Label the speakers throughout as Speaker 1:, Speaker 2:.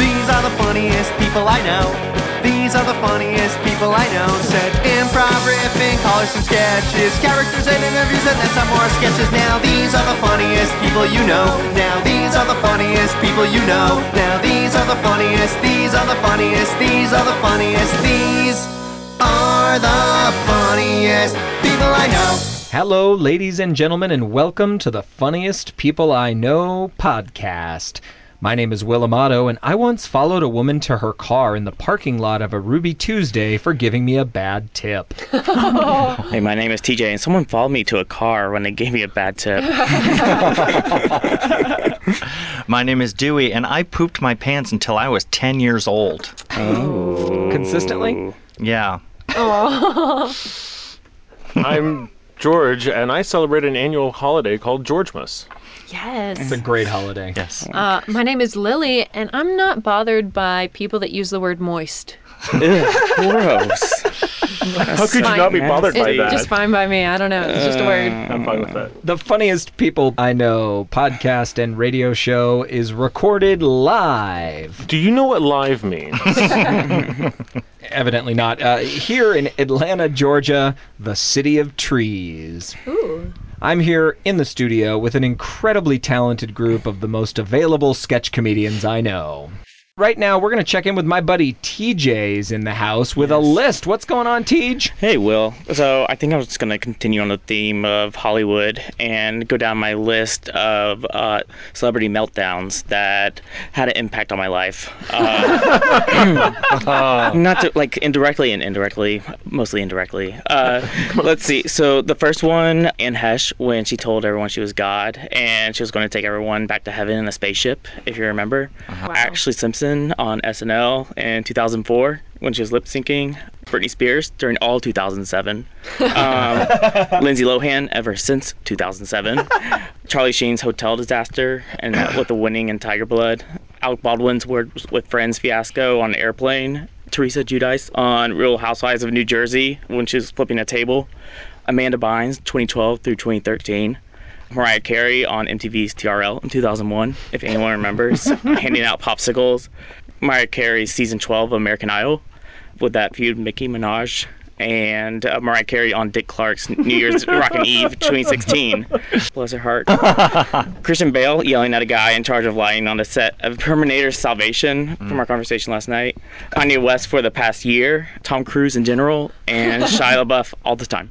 Speaker 1: These are the funniest people I know. These are the funniest people I know. Said improv riffing, callers some sketches, characters and interviews, and then some more sketches. Now these are the funniest people you know. Now these are the funniest people you know. Now these are the funniest. These are the funniest. These are the funniest. These are the funniest people I know.
Speaker 2: Hello, ladies and gentlemen, and welcome to the Funniest People I Know podcast. My name is Will Amato, and I once followed a woman to her car in the parking lot of a Ruby Tuesday for giving me a bad tip.
Speaker 3: Hey, my name is TJ, and someone followed me to a car when they gave me a bad tip.
Speaker 4: My name is Dewey, and I pooped my pants until I was 10 years old.
Speaker 2: Consistently?
Speaker 4: Yeah.
Speaker 5: I'm George, and I celebrate an annual holiday called Georgemas.
Speaker 6: Yes.
Speaker 2: It's a great holiday.
Speaker 4: Yes.
Speaker 6: Uh, my name is Lily, and I'm not bothered by people that use the word moist.
Speaker 3: Gross.
Speaker 5: How could you not be bothered by
Speaker 6: It's
Speaker 5: that? Uh.
Speaker 6: just fine by me. I don't know. It's just a word.
Speaker 5: I'm fine with that.
Speaker 2: The Funniest People I Know podcast and radio show is recorded live.
Speaker 5: Do you know what live means?
Speaker 2: Evidently not. Uh, here in Atlanta, Georgia, the city of trees.
Speaker 6: Ooh.
Speaker 2: I'm here in the studio with an incredibly talented group of the most available sketch comedians I know. Right now, we're going to check in with my buddy TJ's in the house with a list. What's going on, TJ?
Speaker 3: Hey, Will. So I think I was just going to continue on the theme of Hollywood and go down my list of uh, celebrity meltdowns that had an impact on my life. Uh, not to, like indirectly and indirectly, mostly indirectly. Uh, let's see. So the first one, Anne Hesh, when she told everyone she was God and she was going to take everyone back to heaven in a spaceship, if you remember. Ashley Simpson on SNL in 2004 when she was lip syncing. Britney Spears during all 2007. Um, Lindsay Lohan ever since 2007. Charlie Sheen's hotel disaster and that with the winning in Tiger Blood. Alec Baldwin's word with friends fiasco on airplane. Teresa Judice on Real Housewives of New Jersey when she was flipping a table. Amanda Bynes 2012 through 2013. Mariah Carey on MTV's TRL in 2001, if anyone remembers, handing out popsicles. Mariah Carey's season 12 of American Idol with that feud Mickey Minaj and uh, Mariah Carey on Dick Clark's New Year's Rockin' Eve 2016. Bless her heart. Christian Bale yelling at a guy in charge of lighting on the set of Terminator Salvation
Speaker 5: Mm.
Speaker 3: from our conversation last night. Kanye West for the past year. Tom Cruise in general. And Shia LaBeouf all the time.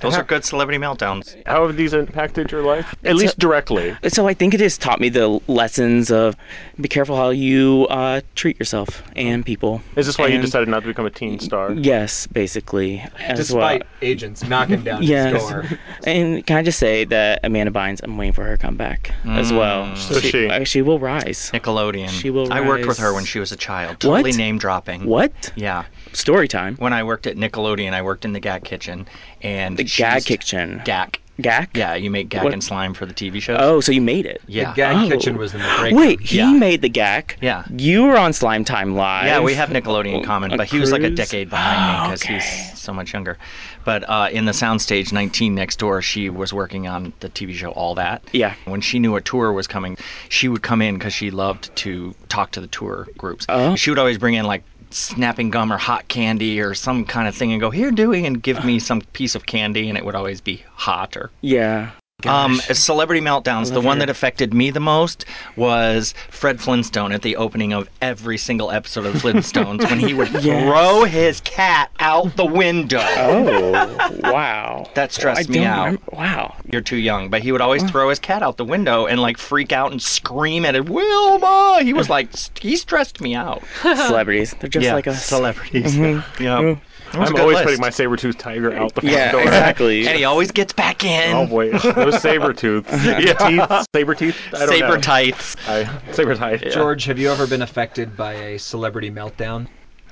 Speaker 4: Those are good celebrity meltdowns.
Speaker 5: How have these impacted your life? At least directly.
Speaker 3: So I think it has taught me the lessons of be careful how you uh, treat yourself and people.
Speaker 5: Mm. Is this why you
Speaker 3: And-
Speaker 5: decided not to become a teen star?
Speaker 3: Yes, basically. As
Speaker 2: Despite
Speaker 3: well.
Speaker 2: agents knocking down
Speaker 3: Yes.
Speaker 2: his door.
Speaker 3: And can I just say that Amanda Bynes, I'm waiting for her comeback
Speaker 4: Mm.
Speaker 3: as well. So
Speaker 5: she-
Speaker 3: uh, she will rise.
Speaker 4: Nickelodeon.
Speaker 3: She will
Speaker 4: I worked with
Speaker 3: rise.
Speaker 4: her when she was a child.
Speaker 3: What?
Speaker 4: Totally name dropping.
Speaker 3: What?
Speaker 4: Yeah.
Speaker 3: Story time.
Speaker 4: When I worked at Nickelodeon, I worked in the gag kitchen. And
Speaker 3: The
Speaker 4: she
Speaker 3: gag
Speaker 4: used-
Speaker 3: kitchen.
Speaker 4: Gag.
Speaker 3: Gag?
Speaker 4: Yeah, you make gag
Speaker 3: What?
Speaker 4: and slime for the TV shows.
Speaker 3: Oh, so you made it.
Speaker 4: yeah.
Speaker 2: The gag
Speaker 3: Oh.
Speaker 2: kitchen was in the break.
Speaker 3: Wait, he
Speaker 4: Yeah.
Speaker 3: made the gag.
Speaker 4: Yeah.
Speaker 3: You were on Slime Time Live.
Speaker 4: Yeah, we have Nickelodeon in common,
Speaker 3: a
Speaker 4: but he was like a
Speaker 3: cruise? Ah,
Speaker 4: decade behind me because
Speaker 3: Okay.
Speaker 4: he's so much younger. But uh, in the soundstage 19 next door, she was working on the TV show All That.
Speaker 3: Yeah.
Speaker 4: When she knew a tour was coming, she would come in because she loved to talk to the tour groups.
Speaker 3: Oh.
Speaker 4: She would always bring in like snapping gum or hot candy or some kind of thing and go, Here, Dewey, and give me some piece of candy. And it would always be hot or
Speaker 3: Yeah.
Speaker 4: um, celebrity meltdowns. The one that affected me the most was Fred Flintstone at the opening of every single episode of Flintstones when he would throw his cat out the window.
Speaker 3: Oh, wow.
Speaker 4: That stressed me
Speaker 3: don't
Speaker 4: out.
Speaker 3: remember- Oh. Wow.
Speaker 4: You're too young, but he would always throw his cat out the window and like freak out and scream at it. Wilma! He was like, st- he stressed me out.
Speaker 3: Celebrities. They're just
Speaker 4: yeah,
Speaker 3: like us.
Speaker 4: celebrities.
Speaker 3: Mm-hmm.
Speaker 4: Yeah, That was a
Speaker 5: I'm
Speaker 4: good
Speaker 5: always
Speaker 4: list.
Speaker 5: putting my saber-toothed tiger out the front
Speaker 3: Yeah,
Speaker 5: door.
Speaker 3: exactly.
Speaker 4: And he always gets back in.
Speaker 5: Oh wait, those saber tooths, teeth, saber teeth, I don't
Speaker 4: Saber
Speaker 5: know.
Speaker 4: tights.
Speaker 5: I- saber tight.
Speaker 2: George, have you ever been affected by a celebrity meltdown?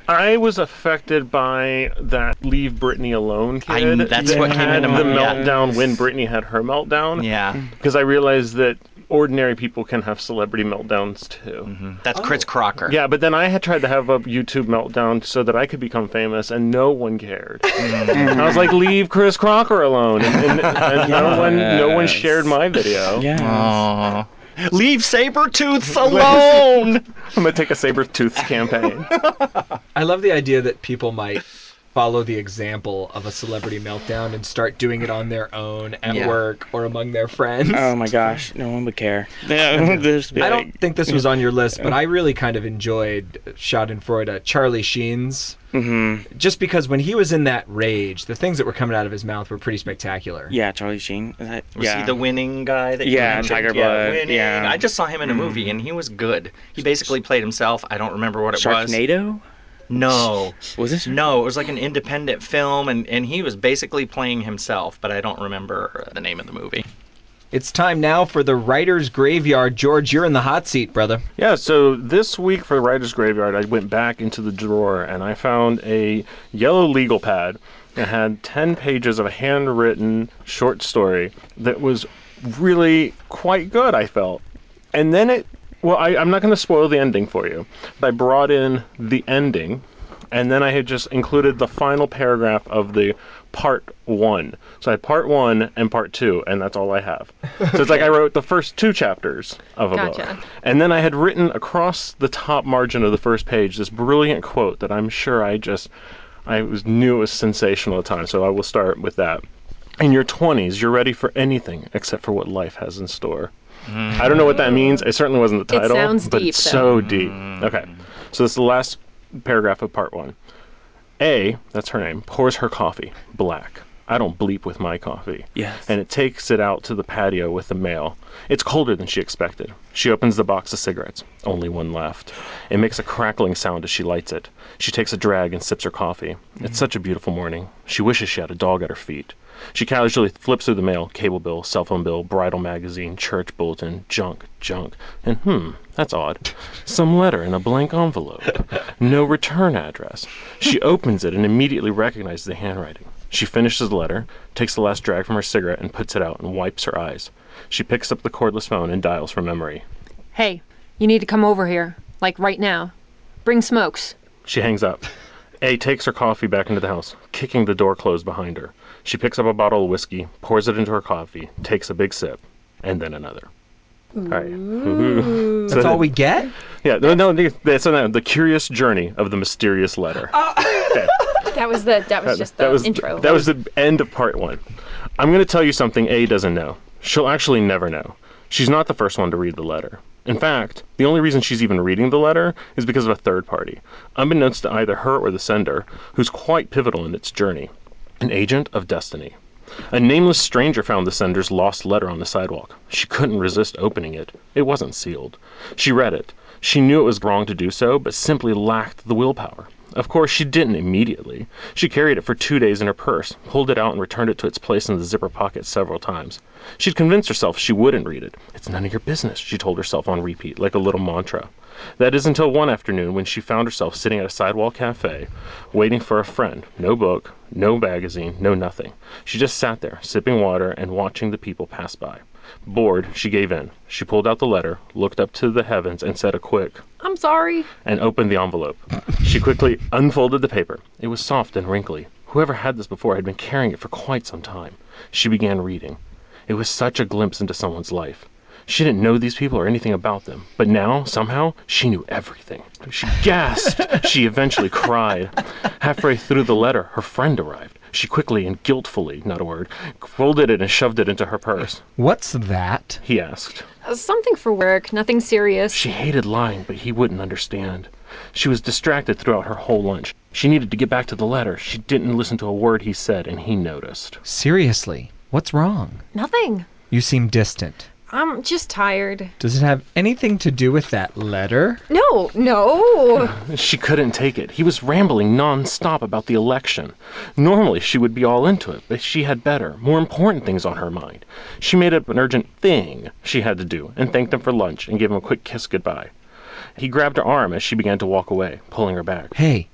Speaker 5: I was affected by that "Leave Britney Alone"
Speaker 4: I-
Speaker 5: kid.
Speaker 4: that's
Speaker 5: that
Speaker 4: what came
Speaker 5: had
Speaker 4: into
Speaker 5: the
Speaker 4: my- yeah.
Speaker 5: meltdown when Britney had her meltdown.
Speaker 4: Yeah,
Speaker 5: because I realized that ordinary people can have celebrity meltdowns too.
Speaker 3: Mm.
Speaker 4: that's Chris
Speaker 5: Oh.
Speaker 4: Crocker.
Speaker 5: Yeah, but then I had tried to have a YouTube meltdown so that I could become famous, and no one cared. I was like, "Leave Chris
Speaker 4: Oh.
Speaker 5: Crocker alone," and, and, and no one, no one shared my video.
Speaker 3: Yeah.
Speaker 4: Aw. Leave Sabretooths alone!
Speaker 5: I'm gonna take a saber tooth campaign.
Speaker 2: I love the idea that people might follow the example of a celebrity meltdown and start doing it on their own at
Speaker 4: Yeah.
Speaker 2: work or among their friends.
Speaker 3: Oh my gosh, no one would care. Yeah, this
Speaker 2: I don't think this was on your list, but I really kind of enjoyed Schadenfreude, uh, Charlie Sheen's. Mm-hmm. Just because when he was in that rage, the things that were coming out of his mouth were pretty spectacular.
Speaker 3: Yeah, Charlie Sheen. Is that,
Speaker 4: Was
Speaker 3: yeah.
Speaker 4: he the winning guy that you
Speaker 3: Yeah,
Speaker 4: mentioned?
Speaker 3: Tiger Blood,
Speaker 4: winning.
Speaker 3: yeah. Mm.
Speaker 4: I just saw him in a movie and he was good. He basically played himself. I don't remember what it was.
Speaker 3: Sharknado?
Speaker 4: No.
Speaker 3: Was this?
Speaker 4: No, it was like an independent film and, and he was basically playing himself, but I don't remember the name of the movie.
Speaker 2: It's time now for the writer's graveyard. George, you're in the hot seat, brother.
Speaker 5: Yeah, so this week for the Writer's Graveyard, I went back into the drawer and I found a yellow legal pad that had 10 pages of a handwritten short story that was really quite good, I felt. And then it, well, I, I'm not going to spoil the ending for you, but I brought in the ending and then I had just included the final paragraph of the part one. So I had part one and part two, and that's all I have. So it's like I wrote the first two chapters of a
Speaker 6: Gotcha.
Speaker 5: book. And then I had written across the top margin of the first page this brilliant quote that I'm sure I just I was knew it was sensational at the time, so I will start with that. In your twenties, you're ready for anything except for what life has in store. I don't know what that means. It certainly wasn't the
Speaker 6: It
Speaker 5: title,
Speaker 6: sounds
Speaker 5: but
Speaker 6: deep,
Speaker 5: it's
Speaker 6: though.
Speaker 5: so deep. Okay, so this is the last paragraph of part one. A, that's her name, pours her coffee, black. I don't bleep with my coffee.
Speaker 3: Yes.
Speaker 5: And it takes it out to the patio with the mail. It's colder than she expected. She opens the box of cigarettes, only one left. It makes a crackling sound as she lights it. She takes a drag and sips her coffee. It's such a beautiful morning. She wishes she had a dog at her feet. She casually flips through the mail cable bill, cell phone bill, bridal magazine, church bulletin, junk, junk. And hmm, that's odd. Some letter in a blank envelope. No return address. She opens it and immediately recognizes the handwriting. She finishes the letter, takes the last drag from her cigarette and puts it out and wipes her eyes. She picks up the cordless phone and dials from memory.
Speaker 6: Hey, you need to come over here, like right now. Bring smokes.
Speaker 5: She hangs up. A takes her coffee back into the house, kicking the door closed behind her. She picks up a bottle of whiskey, pours it into her coffee, takes a big sip, and then another. All right. So
Speaker 2: That's
Speaker 5: that-
Speaker 2: all we get?
Speaker 5: Yeah, no, no, the- that's no, the curious journey of the mysterious letter.
Speaker 7: Oh. That was the that was just the
Speaker 5: that was
Speaker 7: intro.
Speaker 5: that was the end of part one. I'm going to tell you something A doesn't know. She'll actually never know. She's not the first one to read the letter. In fact, the only reason she's even reading the letter is because of a third party, unbeknownst to either her or the sender, who's quite pivotal in its journey an agent of destiny. A nameless stranger found the sender's lost letter on the sidewalk. She couldn't resist opening it. It wasn't sealed. She read it. She knew it was wrong to do so, but simply lacked the willpower. Of course, she didn't immediately. She carried it for two days in her purse, pulled it out, and returned it to its place in the zipper pocket several times. She'd convinced herself she wouldn't read it. It's none of your business, she told herself on repeat, like a little mantra. That is until one afternoon when she found herself sitting at a sidewalk cafe, waiting for a friend. No book, no magazine, no nothing. She just sat there, sipping water and watching the people pass by. Bored, she gave in. She pulled out the letter, looked up to the heavens, and said a quick,
Speaker 7: I'm sorry.
Speaker 5: and opened the envelope. She quickly unfolded the paper. It was soft and wrinkly. Whoever had this before had been carrying it for quite some time. She began reading. It was such a glimpse into someone's life. She didn't know these people or anything about them, but now, somehow, she knew everything. She gasped. she eventually cried. Halfway through the letter, her friend arrived. She quickly and guiltfully, not a word, folded it and shoved it into her purse.
Speaker 2: What's that?
Speaker 5: He asked.
Speaker 7: Uh, Something for work, nothing serious.
Speaker 5: She hated lying, but he wouldn't understand. She was distracted throughout her whole lunch. She needed to get back to the letter. She didn't listen to a word he said, and he noticed.
Speaker 2: Seriously, what's wrong?
Speaker 7: Nothing.
Speaker 2: You seem distant.
Speaker 7: I'm just tired.
Speaker 2: Does it have anything to do with that letter?
Speaker 7: No, no.
Speaker 5: She couldn't take it. He was rambling nonstop about the election. Normally, she would be all into it, but she had better, more important things on her mind. She made up an urgent thing she had to do and thanked him for lunch and gave him a quick kiss goodbye. He grabbed her arm as she began to walk away, pulling her back.
Speaker 2: Hey,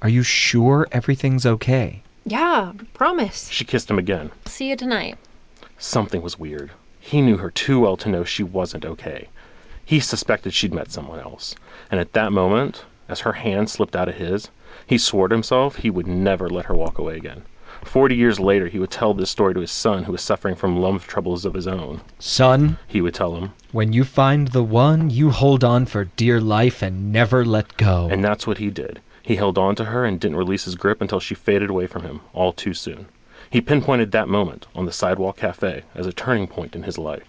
Speaker 2: are you sure everything's okay?
Speaker 7: yeah, promise.
Speaker 5: She kissed him again.
Speaker 6: See you tonight.
Speaker 5: Something was weird. He knew her too well to know she wasn't okay. He suspected she'd met someone else. And at that moment, as her hand slipped out of his, he swore to himself he would never let her walk away again. Forty years later, he would tell this story to his son, who was suffering from love troubles of his own.
Speaker 2: Son,
Speaker 5: He would tell him.
Speaker 2: when you find the one, you hold on for dear life and never let go.
Speaker 5: And that's what he did. He held on to her and didn't release his grip until she faded away from him, all too soon. He pinpointed that moment on the sidewalk cafe as a turning point in his life.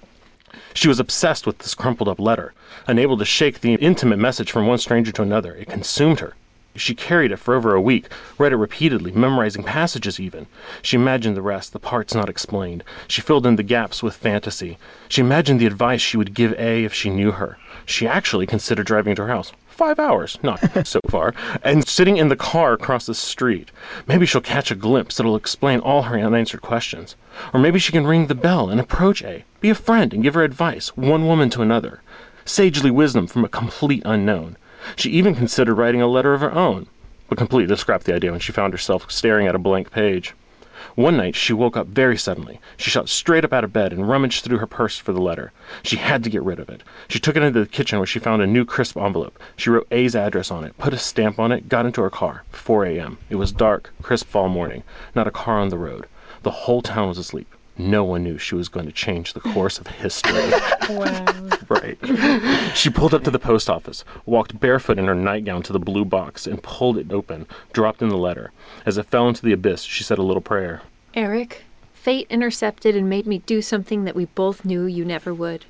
Speaker 5: She was obsessed with this crumpled up letter. Unable to shake the intimate message from one stranger to another, it consumed her. She carried it for over a week, read it repeatedly, memorizing passages even. She imagined the rest, the parts not explained. She filled in the gaps with fantasy. She imagined the advice she would give A if she knew her. She actually considered driving to her house. Five hours, not so far, and sitting in the car across the street. Maybe she'll catch a glimpse that'll explain all her unanswered questions. Or maybe she can ring the bell and approach A, be a friend and give her advice, one woman to another. Sagely wisdom from a complete unknown. She even considered writing a letter of her own, but completely scrapped the idea when she found herself staring at a blank page. One night she woke up very suddenly. She shot straight up out of bed and rummaged through her purse for the letter. She had to get rid of it. She took it into the kitchen where she found a new crisp envelope. She wrote A's address on it, put a stamp on it, got into her car. 4 a.m. It was dark, crisp fall morning. Not a car on the road. The whole town was asleep. No one knew she was going to change the course of history. right. She pulled up to the post office, walked barefoot in her nightgown to the blue box, and pulled it open, dropped in the letter. As it fell into the abyss, she said a little prayer.
Speaker 6: Eric, fate intercepted and made me do something that we both knew you never would.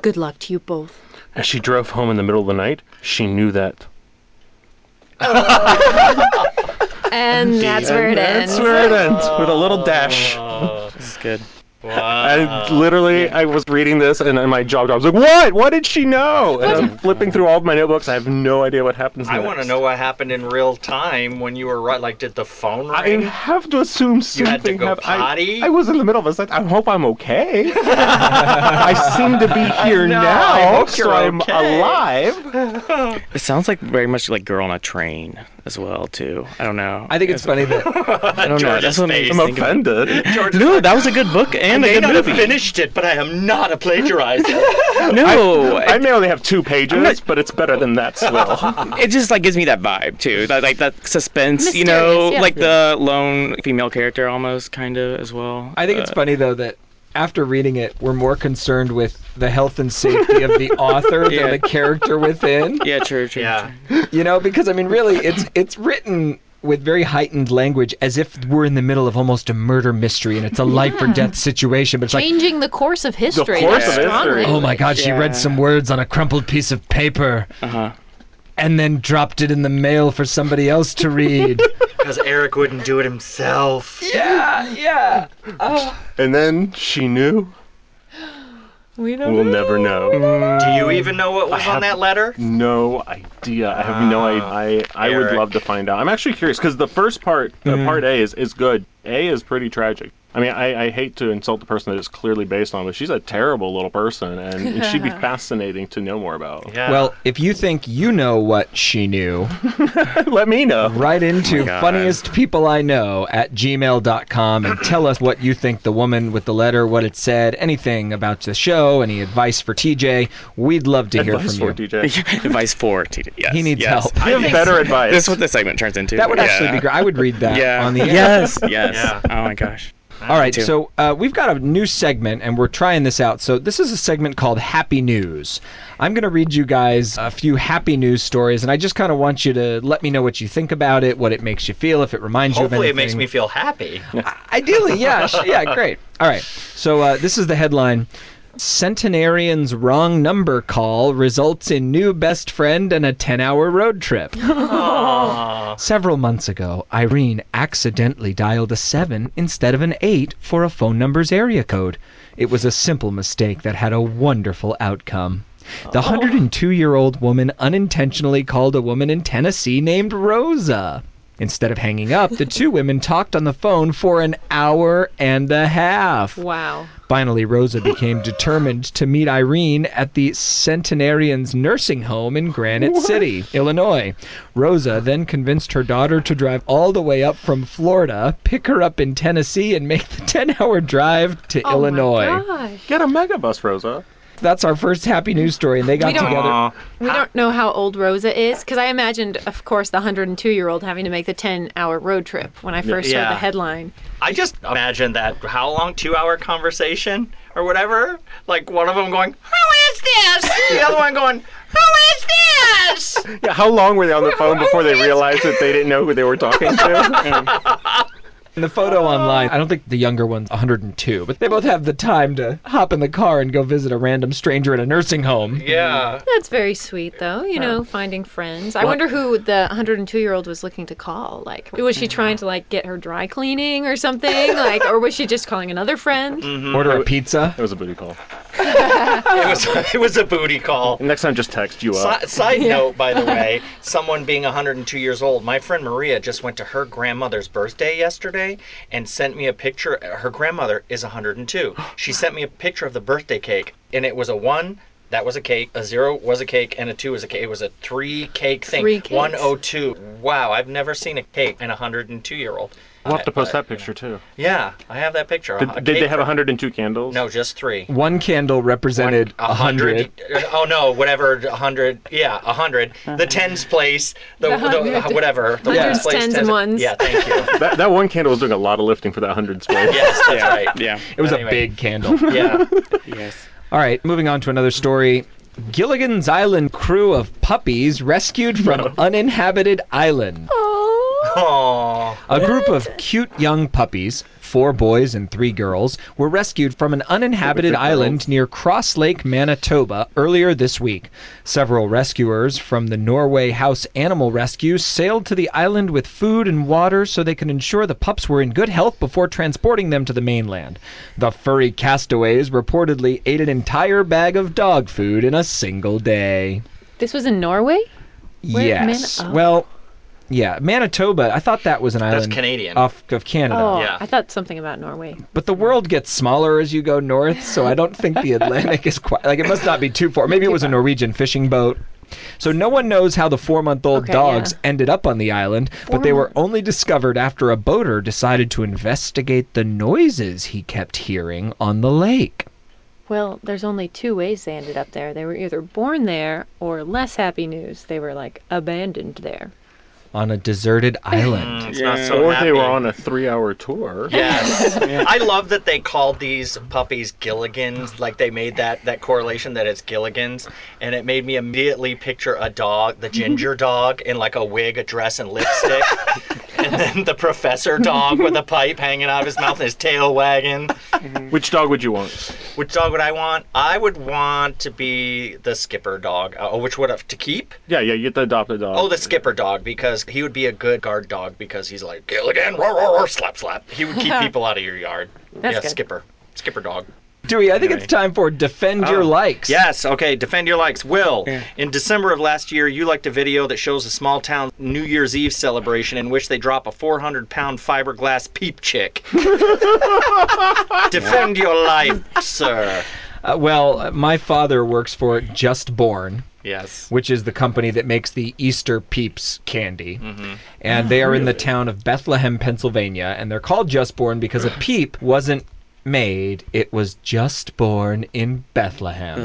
Speaker 6: Good luck to you both.
Speaker 5: As she drove home in the middle of the night, she knew that.
Speaker 6: And that's where it ends.
Speaker 5: where it ends, with a little dash.
Speaker 4: Oh.
Speaker 3: This is good.
Speaker 5: I literally, I was reading this, and in my job, I was like, "What? What did she know?" And I'm flipping through all of my notebooks. I have no idea what happens.
Speaker 4: I
Speaker 5: next.
Speaker 4: want to know what happened in real time when you were right. Like, did the phone
Speaker 5: I
Speaker 4: ring?
Speaker 5: have to assume something.
Speaker 4: You had to go
Speaker 5: hap- I-
Speaker 4: potty?
Speaker 5: I, was in the middle of a sentence. I hope I'm okay. I seem to be here
Speaker 4: know,
Speaker 5: now,
Speaker 4: I hope
Speaker 5: so
Speaker 4: you're
Speaker 5: I'm
Speaker 4: okay.
Speaker 5: alive.
Speaker 3: It sounds like very much like Girl on a Train as well, too. I don't know.
Speaker 2: I think it's funny that
Speaker 3: I don't know. That's what I
Speaker 5: I'm
Speaker 3: was thinking.
Speaker 5: offended.
Speaker 3: No, that was a good book and
Speaker 4: may
Speaker 3: a
Speaker 4: not
Speaker 3: good
Speaker 4: have
Speaker 3: movie.
Speaker 4: finished it, but I am not a plagiarizer.
Speaker 3: No,
Speaker 5: I may only have two pages,
Speaker 3: not-
Speaker 5: but it's better than that still.
Speaker 3: it just like gives me that vibe too, that like that suspense, you
Speaker 6: Mysterious,
Speaker 3: know,
Speaker 6: yeah.
Speaker 3: like the lone female character almost kind of as well.
Speaker 2: I think it's funny though that after reading it, we're more concerned with the health and safety of the author
Speaker 3: Yeah.
Speaker 2: than the character within.
Speaker 3: yeah, true, true.
Speaker 4: yeah.
Speaker 2: You know, because I mean, really, it's it's written with very heightened language as if we're in the middle of almost a murder mystery and it's a life or death situation. But it's like,
Speaker 6: Changing the course of history.
Speaker 5: course
Speaker 6: that's
Speaker 5: of
Speaker 6: strong
Speaker 5: history.
Speaker 2: oh my God, she
Speaker 3: Yeah.
Speaker 2: read some words on a crumpled piece of paper
Speaker 3: Uh huh.
Speaker 2: and then dropped it in the mail for somebody else to read.
Speaker 4: Because Eric wouldn't do it himself.
Speaker 2: yeah, yeah.
Speaker 5: and then she knew.
Speaker 6: We don't
Speaker 5: We'll never know.
Speaker 4: Do you even know what was
Speaker 5: have-
Speaker 4: on that letter?
Speaker 5: No idea. I have no idea. I, I would
Speaker 4: Eric.
Speaker 5: love to find out. I'm actually curious because the first part, uh,
Speaker 2: Mm.
Speaker 5: part A, is, is good. A is pretty tragic. I mean, I, I hate to insult the person that it's clearly based on, but she's a terrible little person, and, and she'd be fascinating to know more about.
Speaker 4: Yeah.
Speaker 2: Well, if you think you know what she knew,
Speaker 5: Let me know.
Speaker 2: write into
Speaker 3: Oh God.
Speaker 2: funniest people I know at gmail.com and tell us what you think the woman with the letter, what it said, anything about the show, any advice for TJ. We'd love to hear
Speaker 5: Advice
Speaker 2: from you.
Speaker 5: for DJ.
Speaker 3: Advice for TD. Yes,
Speaker 2: He needs
Speaker 3: yes.
Speaker 2: help.
Speaker 5: Give better advice.
Speaker 3: This is what this segment turns into.
Speaker 2: That would
Speaker 3: Yeah.
Speaker 2: actually be great. I would read that
Speaker 3: Yeah.
Speaker 2: on the air.
Speaker 3: yes. Yes.
Speaker 4: Yeah.
Speaker 3: Oh my gosh.
Speaker 2: All right,
Speaker 3: too.
Speaker 2: so uh, we've got a new segment, and we're trying this out. So this is a segment called Happy News. I'm going to read you guys a few happy news stories, and I just kind of want you to let me know what you think about it, what it makes you feel, if it reminds you of
Speaker 4: Hopefully, it
Speaker 2: anything.
Speaker 4: makes me feel happy.
Speaker 2: Ideally, yeah, sh- yeah, great. All right, so uh, this is the headline: Centenarian's wrong number call results in new best friend and a ten-hour road trip. Several months ago, Irene accidentally dialed a 7 instead of an 8 for a phone number's area code. It was a simple mistake that had a wonderful outcome. The 102 year old woman unintentionally called a woman in Tennessee named Rosa. Instead of hanging up, the two women talked on the phone for an hour and a half.
Speaker 7: Wow.
Speaker 2: Finally, Rosa became determined to meet Irene at the Centenarian's nursing home in Granite City, Illinois. Rosa then convinced her daughter to drive all the way up from Florida, pick her up in Tennessee, and make the 10 hour drive to
Speaker 7: Oh my
Speaker 2: Illinois.
Speaker 7: gosh.
Speaker 5: Get a megabus, Rosa.
Speaker 2: that's our first happy news story, and they got
Speaker 7: We don't-
Speaker 2: together.
Speaker 4: Aw.
Speaker 7: We don't know how old Rosa is because I imagined, of course, the 102 year old having to make the 10 hour road trip when I first
Speaker 4: Yeah.
Speaker 7: heard the headline.
Speaker 4: I just imagine that how long two hour conversation or whatever. Like one of them going, "Who is this?" The other one going, "Who is this?"
Speaker 5: Yeah, how long were they on the phone before they realized that they didn't know who they were talking to?
Speaker 2: And the
Speaker 7: Oh.
Speaker 2: photo online, I don't think the younger one's 102, but they both have the time to hop in the car and go visit a random stranger in a nursing home.
Speaker 4: Yeah.
Speaker 7: That's very sweet, though, you know, finding friends. I wonder who the 102 year old was looking to call. Like, was she trying to, like, get her dry cleaning or something? Like, or was she just calling another friend?
Speaker 4: Mm.
Speaker 2: Order a pizza.
Speaker 5: It was a booty call.
Speaker 4: It was it was a booty call.
Speaker 5: Next time, just text you up.
Speaker 4: Si- side note, by the way, someone being 102 years old, my friend Maria just went to her grandmother's birthday yesterday and sent me a picture. Her grandmother is 102. She sent me a picture of the birthday cake, and it was a one. That was a cake. A zero was a cake, and a two was a cake. It was a three cake thing.
Speaker 7: Three cakes.
Speaker 4: 102. Wow, I've never seen a cake in a 102 year old.
Speaker 5: We'll have to post that picture too.
Speaker 4: Yeah, I have that picture.
Speaker 5: Did,
Speaker 4: A
Speaker 5: did they
Speaker 4: cake
Speaker 5: have
Speaker 4: from-
Speaker 5: 102 candles?
Speaker 4: No, just three.
Speaker 2: One candle represented a 100.
Speaker 4: Oh no, whatever. A hundred. Yeah, a hundred. The tens place. The, the, whatever. The
Speaker 7: Hundreds,
Speaker 4: ones place,
Speaker 7: tens, and ones.
Speaker 4: Yeah, thank you.
Speaker 5: That, that one candle was doing a lot of lifting for that 100 space.
Speaker 4: Yes, that's
Speaker 3: Yeah.
Speaker 4: right.
Speaker 3: Yeah.
Speaker 2: It was a
Speaker 4: Anyway.
Speaker 2: big candle.
Speaker 4: Yeah.
Speaker 3: Yes.
Speaker 2: All right, moving on to another story. Gilligan's Island crew of puppies rescued from uninhabited island.
Speaker 4: Aww.
Speaker 2: A group of cute young puppies, four boys and three girls, were rescued from an uninhabited island near Cross Lake, Manitoba, earlier this week. Several rescuers from the Norway House Animal Rescue sailed to the island with food and water so they could ensure the pups were in good health before transporting them to the mainland. The furry castaways reportedly ate an entire bag of dog food in a single day.
Speaker 7: This was in Norway? Where-
Speaker 2: yes.
Speaker 7: Man- oh.
Speaker 2: Well, yeah, Manitoba. I thought that was an island
Speaker 4: Canadian.
Speaker 2: off of Canada.
Speaker 7: Oh,
Speaker 4: Yeah.
Speaker 7: I thought something about Norway.
Speaker 2: But the world gets smaller as you go north, so I don't think the Atlantic is quite like it must not be too far. Maybe it was a Norwegian fishing boat. So no one knows how the four-month-old
Speaker 7: Okay,
Speaker 2: dogs
Speaker 7: yeah.
Speaker 2: ended up on the island, but they were only discovered after a boater decided to investigate the noises he kept hearing on the lake.
Speaker 7: Well, there's only two ways they ended up there. They were either born there or less happy news. They were like abandoned there.
Speaker 2: On a deserted island.
Speaker 4: It's not so
Speaker 5: Or
Speaker 4: happy.
Speaker 5: they were on a three-hour tour.
Speaker 4: Yes. I love that they called these puppies Gilligans. Like they made that that correlation that it's Gilligans, and it made me immediately picture a dog, the ginger dog, in like a wig, a dress, and lipstick, and then the professor dog with a pipe hanging out of his mouth and his tail wagging.
Speaker 5: Which dog would you want?
Speaker 4: Which dog would I want? I would want to be the skipper dog. Oh, which would have to keep?
Speaker 5: Yeah, yeah, you get to adopt a dog.
Speaker 4: Oh, the skipper dog because he would be a good guard dog because he's like Gilligan, roar, roar, roar, slap, slap. He would keep people out of your yard.
Speaker 7: That's
Speaker 4: yeah,
Speaker 7: good.
Speaker 4: skipper, skipper dog. Um,
Speaker 2: Dewey, I think it's time for defend
Speaker 4: Oh,
Speaker 2: your likes.
Speaker 4: Yes, okay, defend your likes. Will, in December of last year, you liked a video that shows a small town New Year's Eve celebration in which they drop a 400 pound fiberglass peep chick. defend your life, sir.
Speaker 2: Uh, well, uh, my father works for Just Born.
Speaker 4: Yes.
Speaker 2: which is the company that makes the Easter Peeps candy. And they are in the town of Bethlehem, Pennsylvania, and they're called Just Born because a peep wasn't made, it was just born in Bethlehem.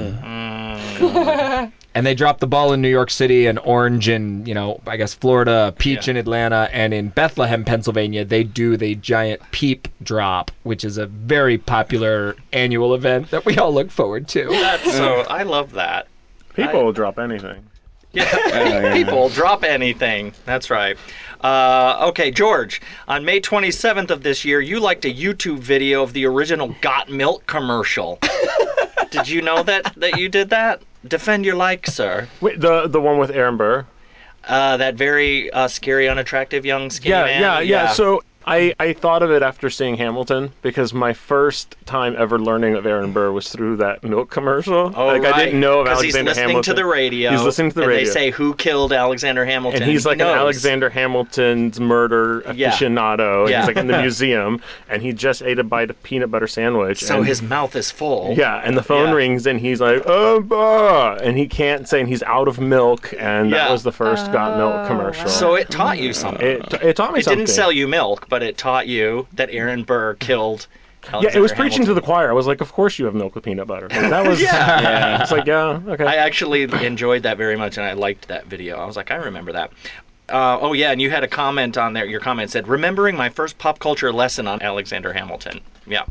Speaker 2: and they dropped the ball in New York City and orange in, you know, I guess Florida, peach in Atlanta, and in Bethlehem, Pennsylvania, they do the giant peep drop, which is a very popular annual event that we all look forward to.
Speaker 4: That's so, I love that.
Speaker 5: People will drop anything.
Speaker 4: People drop anything. That's right. Uh, okay, George. On May 27th of this year, you liked a YouTube video of the original Got Milk commercial. did you know that that you did that? Defend your like, sir.
Speaker 5: Wait, the the one with Aaron Burr.
Speaker 4: Uh, that very uh, scary, unattractive young skinny
Speaker 5: yeah,
Speaker 4: man.
Speaker 5: yeah, yeah. So I, I thought of it after seeing Hamilton because my first time ever learning of Aaron Burr was through that milk commercial.
Speaker 4: Oh,
Speaker 5: like I
Speaker 4: right.
Speaker 5: didn't know of
Speaker 4: 'Cause
Speaker 5: Alexander
Speaker 4: he's listening
Speaker 5: Hamilton.
Speaker 4: to the radio.
Speaker 5: He's listening to the
Speaker 4: and
Speaker 5: radio.
Speaker 4: They say who killed Alexander Hamilton.
Speaker 5: and he's
Speaker 4: He
Speaker 5: like an
Speaker 4: knows.
Speaker 5: Alexander Hamilton's murder
Speaker 4: Yeah.
Speaker 5: aficionado. And
Speaker 4: Yeah.
Speaker 5: He's like in the museum, and he just ate a bite of peanut butter sandwich.
Speaker 4: So
Speaker 5: and-
Speaker 4: his mouth is full.
Speaker 5: yeah, and the phone
Speaker 4: Yeah.
Speaker 5: rings, and he's like, "Oh, bah," and he can't say, and he's out of milk, and that
Speaker 4: Yeah.
Speaker 5: was the first Got Milk commercial.
Speaker 4: So it taught you something.
Speaker 5: it, it taught me
Speaker 4: It
Speaker 5: something.
Speaker 4: didn't sell you milk, but it taught you that Aaron Burr killed
Speaker 5: yeah, it was preaching to the choir. I was like, "Of course you have milk with peanut butter." Like, that was
Speaker 8: Yeah.
Speaker 5: yeah. It's like yeah, okay.
Speaker 8: I actually enjoyed that very much, and I liked that video. I was like, I remember that. Uh, oh yeah, and you had a comment on there. Your comment said, "Remembering my first pop culture lesson on Alexander Hamilton." Yeah,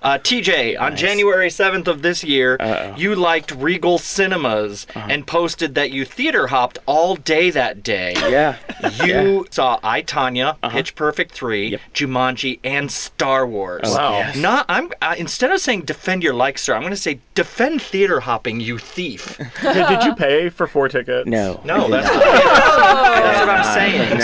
Speaker 8: uh, TJ, on January seventh of this year, you liked Regal Cinemas
Speaker 5: Uh-huh.
Speaker 8: and posted that you theater hopped all day that day.
Speaker 3: Yeah. Uh-huh.
Speaker 8: You saw I Tanya, Pitch Perfect 3
Speaker 3: Yep. Oh,
Speaker 8: Jumanji, and Star Wars.
Speaker 5: Wow. yes.
Speaker 8: Not I'm uh, instead of saying defend your likes, sir. I'm going to say defend theater hopping, you thief.
Speaker 5: Did- did you pay for four tickets?
Speaker 3: No. I
Speaker 8: No,
Speaker 3: did
Speaker 8: that's,
Speaker 3: not.
Speaker 8: that's what I'm saying.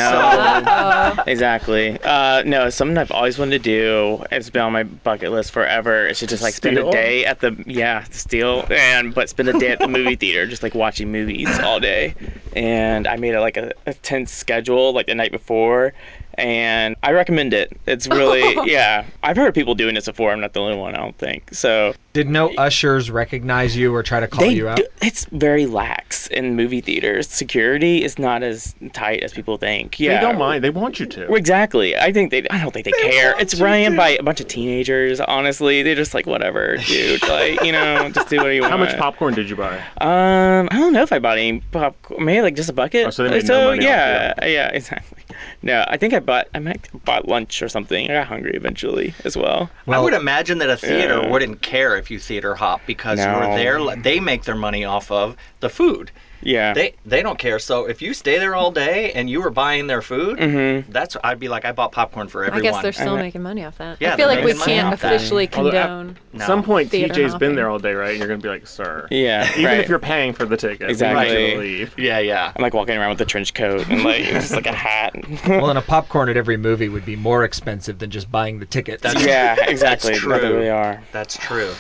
Speaker 3: No. exactly. Uh, no, it's something I've always wanted to do. It's been on my bucket list forever. It's to just like spend
Speaker 5: Steal?
Speaker 3: a day at the yeah, steal and but spend a day at the movie theater, just like watching movies all day. And I made a, like a, a tense schedule like the night before. And I recommend it. It's really, yeah. I've heard people doing this before. I'm not the only one, I don't think. So
Speaker 2: Did no ushers recognize you or try to call you out?
Speaker 3: do- it's very lax in movie theaters. Security is not as tight as people think.
Speaker 5: They
Speaker 3: Yeah,
Speaker 5: don't mind. They want you to.
Speaker 3: Well, Exactly. I think they. I don't think they, care. It's ran by a bunch of teenagers. Honestly, they're just like whatever, dude. like you know, just do what you want.
Speaker 5: How much popcorn did you buy?
Speaker 3: Um, I don't know if I bought any pop. Maybe like just a bucket.
Speaker 5: Oh, so they made no money off
Speaker 3: yeah, yeah, exactly. No, I think I bought. I might have bought lunch or something. I got hungry eventually as well.
Speaker 8: I
Speaker 2: Well-
Speaker 8: would imagine that a theater
Speaker 3: Yeah.
Speaker 8: wouldn't care if you theater hop because you're
Speaker 3: No.
Speaker 8: there. li- They make their money off of the food.
Speaker 3: Yeah.
Speaker 8: They they don't care. So if you stay there all day and you were buying their food,
Speaker 3: Mm-hmm.
Speaker 8: that's I'd be like, I bought popcorn for
Speaker 7: I
Speaker 8: everyone.
Speaker 7: guess they're still making money off that. uh,
Speaker 8: Yeah,
Speaker 7: I feel
Speaker 8: they're
Speaker 7: like we
Speaker 8: making money
Speaker 7: can't
Speaker 8: off that.
Speaker 7: officially
Speaker 5: Although at
Speaker 7: condone.
Speaker 5: some point,
Speaker 7: Theater
Speaker 5: TJ's been
Speaker 7: hopping.
Speaker 5: there all day, right? And you're gonna be like, "Sir."
Speaker 3: Yeah,
Speaker 5: Even
Speaker 3: right.
Speaker 5: if you're paying for the ticket, we need you to
Speaker 3: Exactly.
Speaker 5: leave.
Speaker 8: Yeah, yeah.
Speaker 3: I'm like walking around with a trench coat and like just like a hat.
Speaker 2: well, and a popcorn at every movie would be more expensive than just buying the ticket.
Speaker 3: yeah, exactly.
Speaker 8: That's
Speaker 3: Not that
Speaker 8: true.
Speaker 3: they are.
Speaker 8: That's true.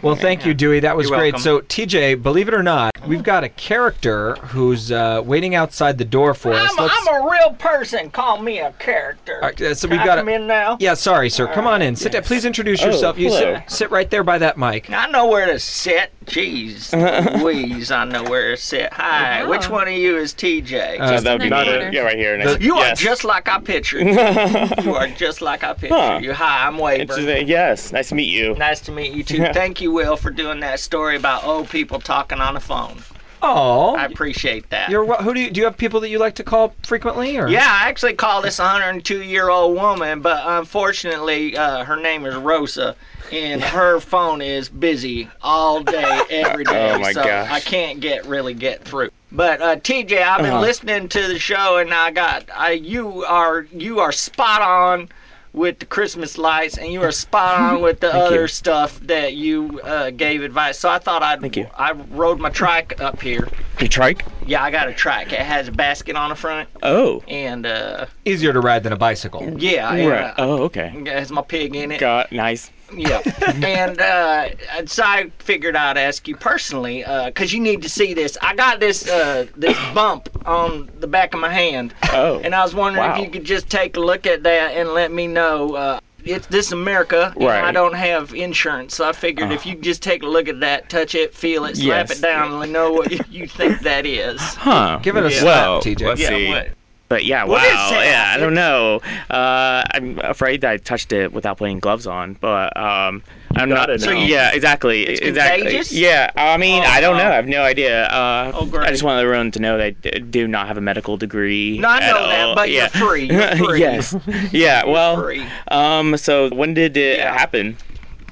Speaker 2: Well, thank you, Dewey. That was
Speaker 8: You're
Speaker 2: great.
Speaker 8: welcome.
Speaker 2: So, TJ, believe it or not, we've got a character who's uh, waiting outside the door for us. Let's-
Speaker 4: I'm a real person. Call me a character.
Speaker 2: All right, uh, so we've got
Speaker 4: come in
Speaker 2: a,
Speaker 4: now.
Speaker 2: yeah. Sorry, sir. Come on in. Sit down. Please
Speaker 4: Oh,
Speaker 2: introduce yourself. You
Speaker 3: hello.
Speaker 2: sit, sit right there by that mic.
Speaker 4: I know where to sit. Jeez, Louise, I know where to sit. Hi,
Speaker 7: Wow.
Speaker 4: which one of you is TJ?
Speaker 3: So that would be
Speaker 7: Not
Speaker 3: me.
Speaker 7: it.
Speaker 3: Yeah, right here. next-
Speaker 4: you
Speaker 3: yes.
Speaker 4: are just like I pictured. you You are just like I pictured.
Speaker 3: Huh.
Speaker 4: You. Hi, I'm
Speaker 3: It's
Speaker 4: Waver.
Speaker 3: just a- yes. Nice to meet you.
Speaker 4: Nice to meet you too. Thank you, Will, for doing that story about old people talking on the phone. I
Speaker 2: Oh,
Speaker 4: appreciate that.
Speaker 2: you're what? Who do you do? You have people that you like to call frequently, or
Speaker 4: Yeah, I actually call this 102 year old woman, but unfortunately, uh, her name is Rosa, and her phone is busy all day, every day.
Speaker 3: Oh, my
Speaker 4: so
Speaker 3: gosh.
Speaker 4: I can't get really get through. But uh, TJ, I've
Speaker 3: Uh-huh.
Speaker 4: been listening to the show, and I got I, you are you are spot on with the Christmas lights, and you are spot on with the other
Speaker 3: you.
Speaker 4: stuff that you uh, gave advice. So I thought I'd
Speaker 3: Thank you.
Speaker 4: I rode my trike up here.
Speaker 3: Your trike?
Speaker 4: Yeah, I got a trike. It has a basket on the front,
Speaker 3: Oh.
Speaker 4: and. uh
Speaker 2: easier to ride than a bicycle?
Speaker 4: yeah,
Speaker 3: Right.
Speaker 4: yeah.
Speaker 3: Oh, okay.
Speaker 4: It has my pig in it.
Speaker 3: Got nice.
Speaker 4: Yeah. and uh, and so I figured I'd ask you personally because you need to see this. I got this uh, this bump on the back of my hand,
Speaker 3: Oh.
Speaker 4: and I was wondering
Speaker 3: Wow.
Speaker 4: if you could just take a look at that and let me know. Uh, it's this is America. and
Speaker 3: Right. Ah.
Speaker 4: I don't have insurance, so I figured if you just take a look at that, touch it, feel it, slap
Speaker 3: Yes.
Speaker 4: it down, and know what you think that is.
Speaker 3: Huh.
Speaker 2: Give it a
Speaker 4: Yeah.
Speaker 2: slap,
Speaker 3: Well,
Speaker 2: TJ.
Speaker 3: let's
Speaker 4: Yeah,
Speaker 3: see.
Speaker 4: what?
Speaker 3: But yeah,
Speaker 4: What is
Speaker 3: wow.
Speaker 4: that?
Speaker 3: Yeah, I don't know. Uh, I'm afraid that I touched it without putting gloves on, but um, I'm not.
Speaker 5: gotta know.
Speaker 3: Yeah, exactly. exactly.
Speaker 4: contagious?
Speaker 3: Yeah, I mean,
Speaker 4: Oh,
Speaker 3: I don't know.
Speaker 4: wow.
Speaker 3: I have no idea. Uh,
Speaker 4: Oh, great.
Speaker 3: I just want everyone to know that I d- do not have a medical degree.
Speaker 4: No, I
Speaker 3: at
Speaker 4: know that,
Speaker 3: all.
Speaker 4: but you're
Speaker 3: yeah.
Speaker 4: free. You're free.
Speaker 3: yes. Yeah. Well.
Speaker 4: free.
Speaker 3: Um. So when did it
Speaker 4: Yeah.
Speaker 3: happen?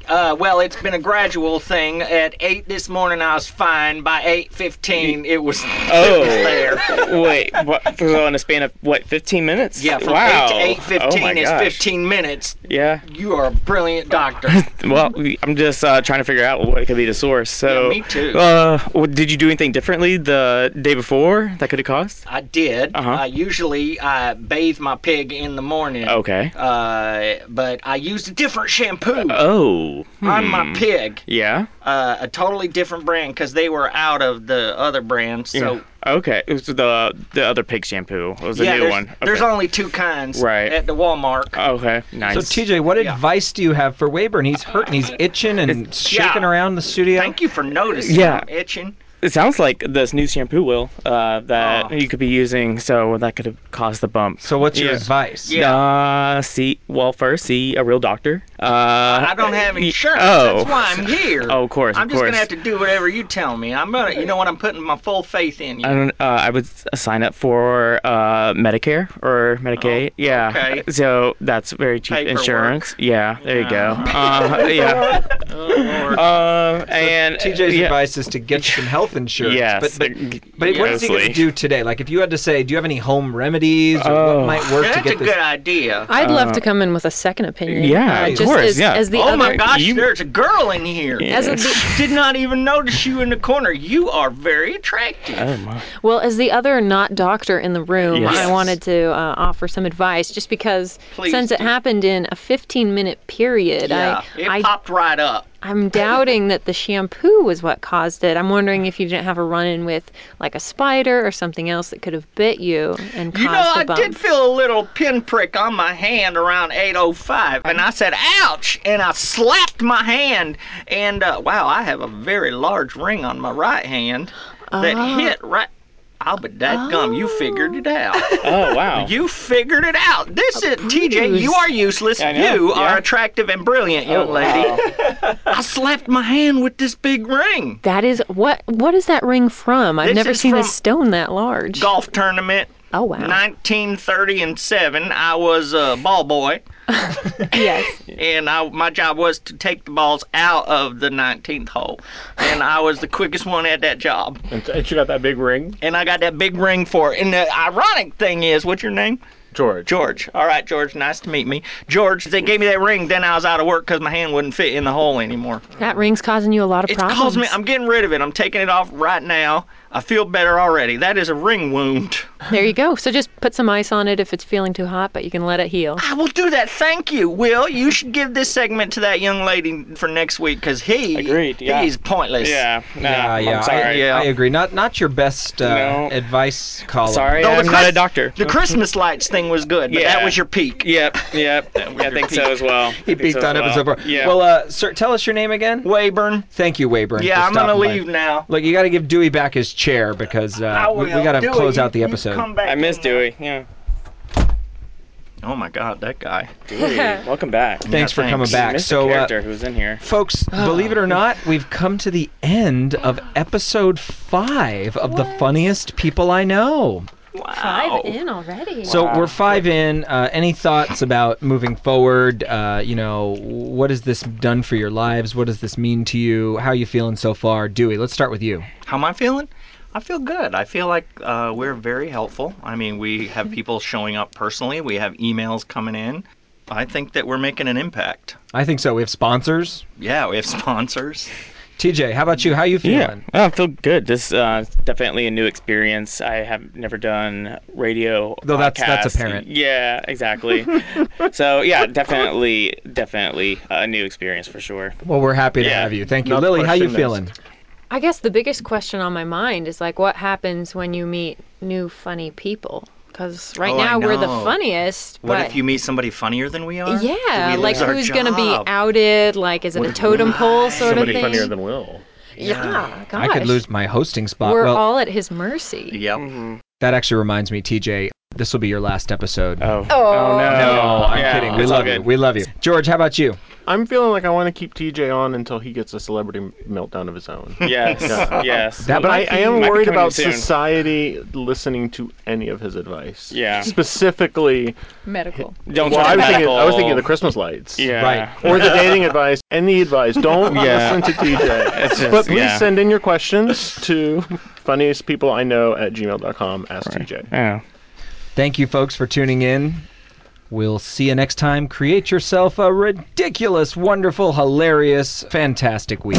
Speaker 4: Uh, well, it's been a gradual thing. At eight this morning, I was fine. By eight fifteen, it was it
Speaker 3: Oh.
Speaker 4: was there.
Speaker 3: Wait. What? So in a span of what? 15 minutes?
Speaker 4: Yeah, from
Speaker 3: wow.
Speaker 4: eight to eight
Speaker 3: Oh my
Speaker 4: fifteen is
Speaker 3: gosh.
Speaker 4: fifteen minutes.
Speaker 3: Yeah.
Speaker 4: You are a brilliant doctor.
Speaker 3: Well, we- I'm just uh, trying to figure out what could be the source. So,
Speaker 4: Yeah, me too.
Speaker 3: Uh, well, did you do anything differently the day before that could have caused?
Speaker 4: I did.
Speaker 3: Uh-huh.
Speaker 4: I usually I bathe my pig in the morning.
Speaker 3: Okay.
Speaker 4: Uh, but I used a different shampoo
Speaker 3: Oh.
Speaker 4: on
Speaker 3: hmm.
Speaker 4: my pig.
Speaker 3: Yeah.
Speaker 4: Uh, a totally different brand because they were out of the other brand. So.
Speaker 3: Okay. It was the the other pig shampoo was the new
Speaker 4: there's,
Speaker 3: one. Okay.
Speaker 4: there's only two kinds
Speaker 3: Right.
Speaker 4: at the Walmart.
Speaker 3: Okay. Nice.
Speaker 2: So, TJ, what
Speaker 4: Yeah.
Speaker 2: advice do you have for Wayburn? He's hurting, he's itching and shaking around the studio.
Speaker 4: Thank you for noticing.
Speaker 3: Yeah.
Speaker 4: I'm itching.
Speaker 3: It sounds like this new shampoo will uh, that
Speaker 4: Oh.
Speaker 3: you could be using, so that could have caused the bump.
Speaker 2: So what's your
Speaker 3: Yeah.
Speaker 2: advice?
Speaker 4: Yeah.
Speaker 3: Uh, see, well, first see a real doctor. Uh,
Speaker 4: I don't have insurance.
Speaker 3: Oh.
Speaker 4: That's why I'm here.
Speaker 3: Oh, of course,
Speaker 4: I'm
Speaker 3: of
Speaker 4: just
Speaker 3: course.
Speaker 4: gonna have to do whatever you tell me. I'm gonna, you know what? I'm putting my full faith in you.
Speaker 3: I don't. Uh, I would s- sign up for uh, Medicare or Medicaid. yeah.
Speaker 4: Oh, okay.
Speaker 3: So that's very cheap
Speaker 4: Paperwork.
Speaker 3: insurance. Yeah. There you go. Uh, yeah.
Speaker 4: Lord.
Speaker 3: Um. And
Speaker 2: TJ's
Speaker 3: yeah.
Speaker 2: advice is to get some health insurance.
Speaker 3: Yes,
Speaker 2: but but, but what is he going to
Speaker 3: grossly.
Speaker 2: do today? Like, if you had to say, do you have any home remedies or
Speaker 3: Oh.
Speaker 2: what might work to
Speaker 4: That's a
Speaker 2: get
Speaker 4: good
Speaker 2: this?
Speaker 4: idea.
Speaker 7: I'd love to come in with a second opinion.
Speaker 3: Yeah, of
Speaker 7: just
Speaker 3: course,
Speaker 7: As,
Speaker 3: yeah.
Speaker 7: as the
Speaker 4: oh
Speaker 7: other,
Speaker 4: my gosh,
Speaker 3: you-
Speaker 4: there's a girl in here.
Speaker 3: Yeah.
Speaker 7: As the,
Speaker 4: Did not even notice you in the corner. You are very attractive.
Speaker 3: Oh my.
Speaker 7: well, as the other not doctor in the room,
Speaker 3: Yes.
Speaker 7: I wanted to uh, offer some advice, just because
Speaker 4: Please
Speaker 7: since it
Speaker 4: do.
Speaker 7: happened in a 15-minute period,
Speaker 4: yeah,
Speaker 7: I,
Speaker 4: it
Speaker 7: I
Speaker 4: popped right up.
Speaker 7: I'm doubting that the shampoo was what caused it. I'm wondering if you didn't have a run in with like a spider or something else that could have bit you and
Speaker 4: You know,
Speaker 7: caused
Speaker 4: I
Speaker 7: the bump.
Speaker 4: did feel a little pinprick on my hand around 8:05, and I said, "Ouch!" and I slapped my hand, and uh, wow, I have a very large ring on my right hand that
Speaker 7: Uh-huh.
Speaker 4: hit right. I'll be that gum. You figured it out.
Speaker 3: Oh wow.
Speaker 4: You figured it out. This is TJ. You
Speaker 7: bruise.
Speaker 4: are useless.
Speaker 3: I know,
Speaker 4: You
Speaker 3: yeah. Oh,
Speaker 4: are attractive and brilliant, young lady. I slapped my hand with this big ring.
Speaker 7: that is what what is that ring from? I've
Speaker 4: This
Speaker 7: never
Speaker 4: is
Speaker 7: seen a
Speaker 4: from-
Speaker 7: stone that large.
Speaker 4: Golf tournament.
Speaker 7: Oh wow.
Speaker 4: 1930 and seven. I was a ball boy.
Speaker 7: Yes.
Speaker 4: and I, my job was to take the balls out of the 19th hole. And I was the quickest one at that job.
Speaker 5: And, and you got that big ring,
Speaker 4: And I got that big ring for it. And the ironic thing is, what's your name?
Speaker 5: George.
Speaker 4: George. All right, George. Nice to meet me. George, they gave me that ring. Then I was out of work because my hand wouldn't fit in the hole anymore.
Speaker 7: That ring's causing you a lot of
Speaker 4: It's
Speaker 7: problems.
Speaker 4: caused me. I'm getting rid of it. I'm taking it off right now. I feel better already. That is a ring wound.
Speaker 7: There you go. So just put some ice on it if it's feeling too hot, but you can let it heal.
Speaker 4: I will do that. Thank you, Will. You should give this segment to that young lady for next week because he
Speaker 3: Agreed, yeah.
Speaker 4: he's pointless.
Speaker 3: Yeah. Nah,
Speaker 2: yeah, yeah,
Speaker 3: I'm sorry.
Speaker 2: I,
Speaker 4: Yeah.
Speaker 2: I agree. Not not your best uh,
Speaker 3: No.
Speaker 2: advice column.
Speaker 3: Sorry,
Speaker 4: No, the
Speaker 3: I'm not a
Speaker 4: Chris-
Speaker 3: doctor.
Speaker 4: The Christmas lights thing was good, but
Speaker 3: Yeah.
Speaker 4: that was your peak.
Speaker 3: Yep, yep. I think so as well.
Speaker 2: He peaked on episode four.
Speaker 3: Yeah.
Speaker 2: Well, uh, sir, tell us your name again.
Speaker 4: Wayburn.
Speaker 2: Thank you, Wayburn. for
Speaker 4: Yeah, I'm gonna
Speaker 2: stopping by.
Speaker 4: leave now.
Speaker 2: Look, you got to give Dewey back his chair because
Speaker 4: I
Speaker 2: uh, we,
Speaker 4: will.
Speaker 2: got to
Speaker 4: Dewey,
Speaker 2: close
Speaker 4: you-
Speaker 2: out the
Speaker 4: you
Speaker 2: episode.
Speaker 4: come back
Speaker 3: I miss
Speaker 4: in.
Speaker 3: Dewey. Yeah.
Speaker 4: Oh my God, that guy.
Speaker 3: Dewey, welcome back.
Speaker 2: Thanks
Speaker 4: Yeah,
Speaker 2: for coming
Speaker 4: thanks.
Speaker 3: I
Speaker 2: back.
Speaker 3: missed
Speaker 2: So,
Speaker 3: the
Speaker 2: uh,
Speaker 3: character who was in here.
Speaker 2: folks, believe it or not, we've come to the end of episode five of the funniest people I know.
Speaker 4: Oh.
Speaker 9: Five in already.
Speaker 2: So we're five in. Uh, any thoughts about moving forward? Uh, you know, what has this done for your lives? What does this mean to you? How are you feeling so far, Dewey? Let's start with you.
Speaker 4: How am I feeling? I feel good. I feel like uh, we're very helpful. I mean, we have people showing up personally. We have emails coming in. I think that we're making an impact.
Speaker 2: I think so. We have sponsors.
Speaker 4: Yeah, we have sponsors.
Speaker 2: TJ, how about you? How you
Speaker 3: Yeah, Oh,
Speaker 2: feeling?
Speaker 3: I feel good. This uh, is definitely a new experience. I have never done radio.
Speaker 2: Though that's- that's
Speaker 3: podcasts.
Speaker 2: apparent.
Speaker 3: Yeah, exactly. so yeah, definitely, definitely a new experience for sure.
Speaker 2: Well, we're happy to
Speaker 3: Yeah.
Speaker 2: have you. Thank you,
Speaker 5: Not
Speaker 2: Lily. How you
Speaker 5: question
Speaker 2: feeling?
Speaker 7: I guess the biggest question on my mind is like, what happens when you meet new funny people? Because right
Speaker 4: Oh, I
Speaker 7: now we're the
Speaker 4: know.
Speaker 7: funniest.
Speaker 4: What
Speaker 7: but
Speaker 4: if you meet somebody funnier than we are?
Speaker 7: Yeah,
Speaker 4: Do we
Speaker 7: like
Speaker 4: lose our
Speaker 7: who's going to be
Speaker 4: job?
Speaker 7: outed? Like, is it a totem pole sort
Speaker 5: Somebody
Speaker 7: of thing?
Speaker 5: funnier than Will.
Speaker 7: yeah, gosh.
Speaker 2: I could lose my hosting spot.
Speaker 7: We're
Speaker 2: well,
Speaker 7: all at his mercy.
Speaker 4: Yep.
Speaker 2: that actually reminds me, TJ. This will be your last episode.
Speaker 3: Oh, no!
Speaker 7: Oh.
Speaker 2: No, I'm
Speaker 3: Yeah,
Speaker 2: kidding. We
Speaker 3: it's all
Speaker 2: love you.
Speaker 3: good.
Speaker 2: We love you. George, how about you?
Speaker 5: I'm feeling like I want to keep TJ on until he gets a celebrity meltdown of his own.
Speaker 3: Yes, yes.
Speaker 2: That
Speaker 5: But I,
Speaker 2: might
Speaker 5: I
Speaker 2: be-
Speaker 5: am
Speaker 3: might be
Speaker 5: worried
Speaker 3: coming
Speaker 5: about
Speaker 3: soon.
Speaker 5: society listening to any of his advice.
Speaker 3: Yeah.
Speaker 5: Specifically,
Speaker 7: Medical.
Speaker 3: Don't
Speaker 5: well,
Speaker 3: try
Speaker 5: I was, thinking,
Speaker 3: medical.
Speaker 5: I was thinking of the Christmas lights.
Speaker 3: Yeah.
Speaker 2: Right.
Speaker 5: Or the dating advice. Any advice. Don't
Speaker 3: Yeah.
Speaker 5: listen to TJ.
Speaker 3: It's just-
Speaker 5: but please
Speaker 3: yeah.
Speaker 5: send in your questions to funniestpeopleiknow at gmail.com. Ask TJ.
Speaker 3: Yeah.
Speaker 2: Thank you, folks, for tuning in. We'll see you next time. Create yourself a ridiculous, wonderful, hilarious, fantastic week.